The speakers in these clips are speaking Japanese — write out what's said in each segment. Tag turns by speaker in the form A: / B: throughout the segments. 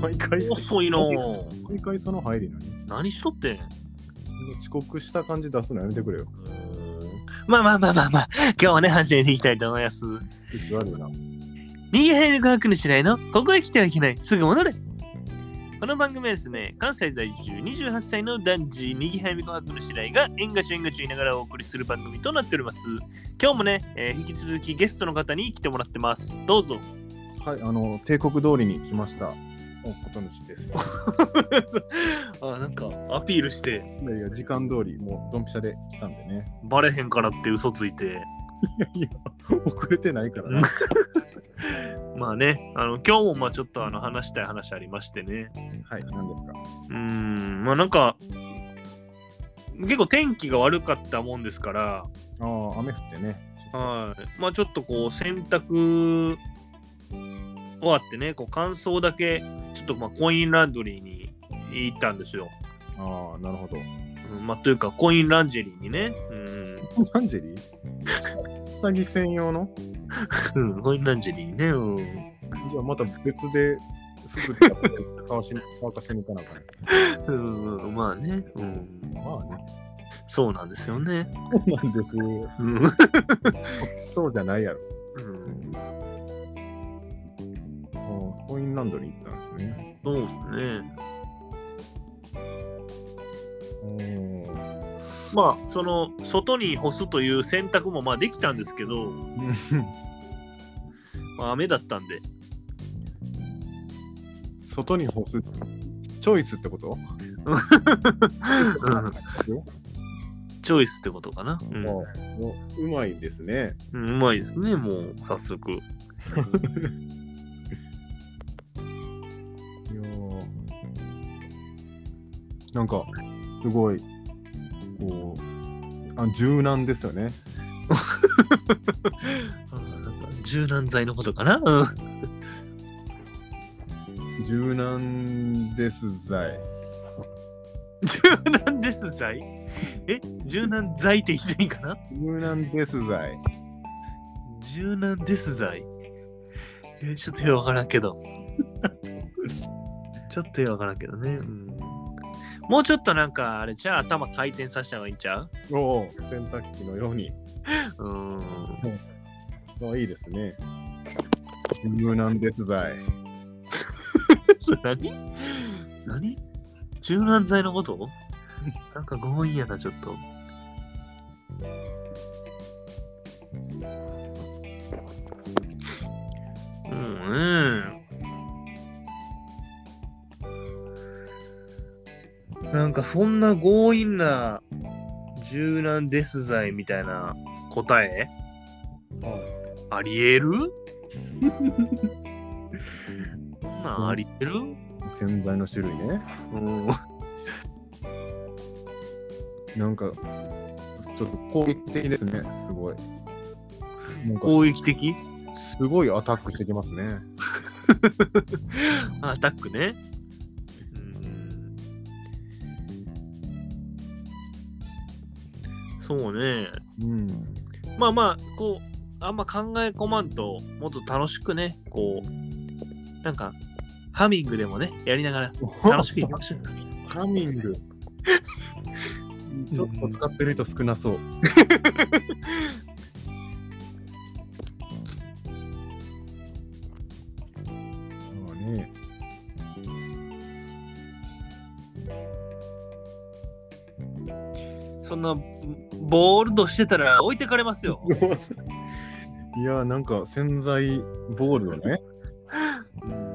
A: 毎回、
B: 遅いなぁ
A: 毎回その入りなのに。
B: 何しとってん
A: 遅刻した感じ出すのやめてくれよ。
B: まあまあまあまあまあ、今日はね、走っていきたいと思います。
A: 悪いな。
B: 右入る科くにしないのここへ来てはいけない。すぐ戻れ。この番組はですね、関西在住28歳の男児、右早見琥珀の白井が、縁がちょ縁がちょ言いながらお送りする番組となっております。今日もね、えー引き続きゲストの方に来てもらってます。どうぞ。
A: はい、あの、帝国通りに来ました。おことぬし です。
B: あ、なんかアピールして、
A: いやいや、時間通り、もうドンピシャで来たんでね。
B: バレへんからって嘘ついて。
A: いやいや、遅れてないからな。
B: まあね、あの今日もまあちょっとあの話したい話ありましてね。
A: はい、何ですか。
B: うーん、まあなんか、結構天気が悪かったもんですから、
A: ああ、雨降ってね。
B: はい。まあちょっとこう、洗濯終わってね、こう乾燥だけ、ちょっとまあコインランドリーに行ったんですよ。
A: ああ、なるほど。
B: うん、まあというか、コインランジェリーにね。うん
A: ランジェリーウサギ専用の
B: うん、コインランジェリーにね。うん
A: じゃあまた別で服使って乾しに乾かしてみかなあかん。
B: うん、まあね。うん、
A: まあね。
B: そうなんですよね。
A: そうなんです。
B: うん。
A: そうじゃないやろ。
B: うん
A: あーコインランドに行ったんですね。
B: そうですね。
A: うん。
B: まあ、その、外に干すという選択もまあできたんですけど、まあ、雨だったんで、
A: 外に干す。チョイスってこと
B: チョイスってことかな。うん、
A: もううまいですね。
B: うんうまいですね、もう、早速。
A: いやーなんかすごいこうあ柔軟ですよね。
B: あーなんか柔軟剤のことかな。うん
A: 柔軟です剤。
B: 柔軟です剤え柔軟剤って言っていいかな
A: 柔軟です剤。
B: 柔軟です剤えちょっとよくわからんけど ちょっとよくわからんけどね、うん、もうちょっとなんかあれじゃあ頭回転させた方がいいんちゃう
A: おお洗濯機のように。
B: うーん
A: あいいですね。柔軟です剤。
B: それ 何何柔軟剤のこと なんか強引やなちょっとうんうんなんかそんな強引な柔軟デス剤みたいな答えありえるそんなんありえる
A: 洗剤の種類ね。
B: うん
A: なんかちょっと攻撃的ですね。すごい。なんか
B: 攻撃的
A: すごいアタックしてきますね。
B: アタックね。うんそうね。
A: うん。
B: まあまあ、こう、あんま考え込まんと、もっと楽しくね、こう、なんか、ハミングでもね、やりながら、楽しくいきましょう。
A: ハミング。ちょっと使ってる人少なそう。まあね。
B: そんな、ボールドしてたら置いてかれます よ。
A: いや、なんか洗剤ボールをね。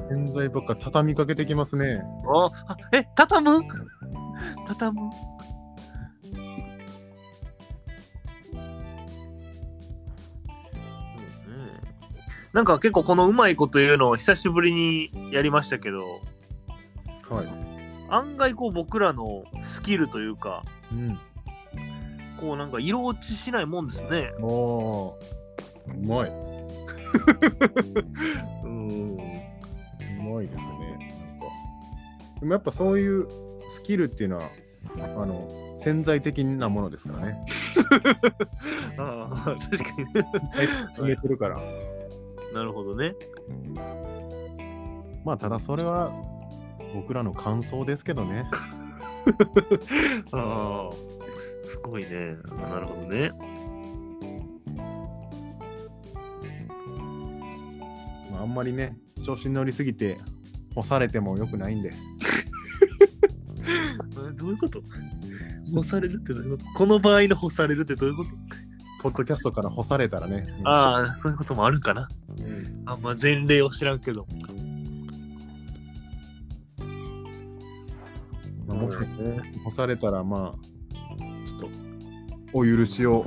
A: 洗剤ばっか畳みかけてきますね。
B: おあえ、畳む 畳むなんか結構このうまいこと言うのを久しぶりにやりましたけど
A: はい。
B: 案外こう僕らのスキルというか
A: うん。
B: こうなんか色落ちしないもんですね
A: ああ。うまい。
B: うん
A: うまいですね。なんか。でもやっぱそういうスキルっていうのは、あの、潜在的なものですからね。
B: ああ確かにね
A: 決めてるから。
B: なるほどね
A: まあ、ただそれは、僕らの感想ですけどね。
B: ああ、すごいね。なるほどね。
A: まあ、あんまりね、調子に乗りすぎて、干されてもよくないんで。
B: どういうこと干されるってどういうことこの場合の干されるってどういうこと
A: ポッドキャストから干されたらね。あ、
B: ああ、そういうこともあるかな。
A: うん
B: あんま前例を知らんけど。
A: まあもし干されたら、まあ、ちょっと、お許しを、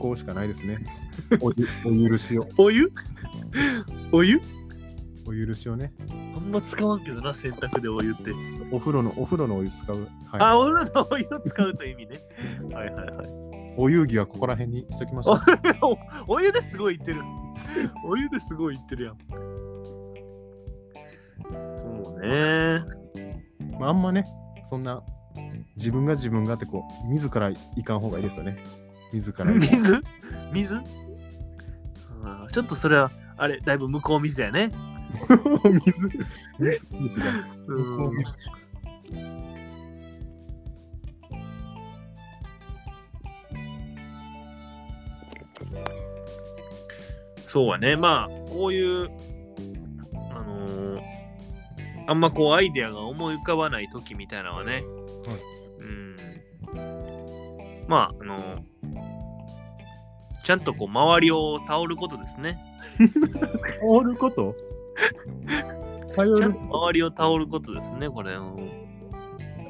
A: こうしかないですね。おゆお許しを、
B: お湯 お湯
A: お許しをね。
B: あんま使わんけどな、洗濯でお湯って。
A: お風呂の、お風呂のお湯使う。はい、
B: あ、お風呂のお湯を使うという意味ね。はいはいはい。
A: お遊戯はここら辺にしときましょう。
B: おお湯ですごい言ってる。お湯ですごい言ってるやん。そうね。
A: まあ、あんまね、そんな、自分が自分がってこう、自らいかん方がいいですよね。自らいかん。
B: 水水あーちょっとそれは、あれ、だいぶ向こう水やね。
A: 水、水
B: うん。そうやね。まあ、こういう、あのーあんまこうアイデアが思い浮かばない時みたいなのはね、うん。まあ、あのーちゃんとこう周りを倒ることですね。
A: 頼ること頼
B: ちゃん
A: る
B: と周りを倒ることですね、これ。うん
A: うん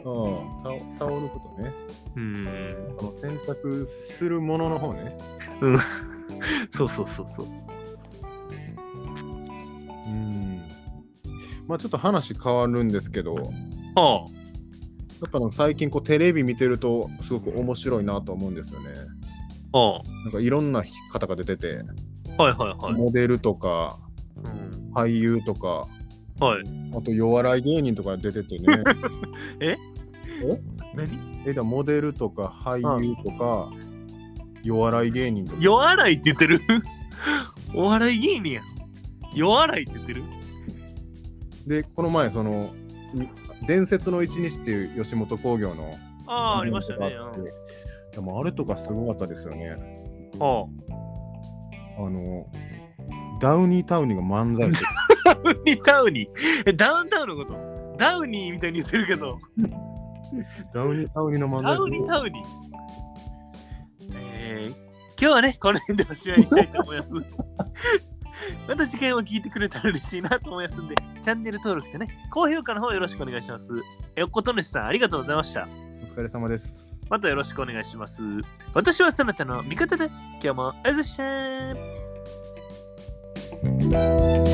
A: 倒倒ることね。
B: うん。
A: あの洗濯するものの方ね。
B: そうそうそうそう。
A: うん。まあちょっと話変わるんですけど、や
B: あ
A: っぱあの最近こうテレビ見てるとすごく面白いなと思うんですよね。
B: あ、あ
A: なんかいろんな方が出てて、
B: あ、はいはいはい。
A: モデルとか
B: うん、
A: 俳優とか、
B: はい。
A: あと弱笑い芸人とか出てて ね。
B: 何
A: えだモデルとか俳優とか、弱笑い芸人とか。
B: 夜洗いって言ってる お笑い芸人やん。夜洗いって言ってる
A: で、この前その、み伝説の一日っていう吉本興業の
B: ああ、ありましたね。
A: あっ
B: う
A: て
B: ん
A: でもあれとかすごかったですよね。
B: あ
A: あの、ダウニータウニーが漫才 して、
B: あ。ダウニータウニー。え、ダウンタウンのことダウニーみたいに言ってるけど、
A: ダウニータウニーの漫
B: ダ
A: 才
B: ウニー
A: して、
B: タウニー。えー、今日はね、この辺でおしまいにしたいと思います。 また次回も聞いてくれたら嬉しいなと思いますんで、チャンネル登録とね、高評価の方よろしくお願いします。えおことぬしさん、ありがとうございました。
A: お疲れ様です。
B: またよろしくお願いします。私はそなたの味方で、今日もあざっしゃー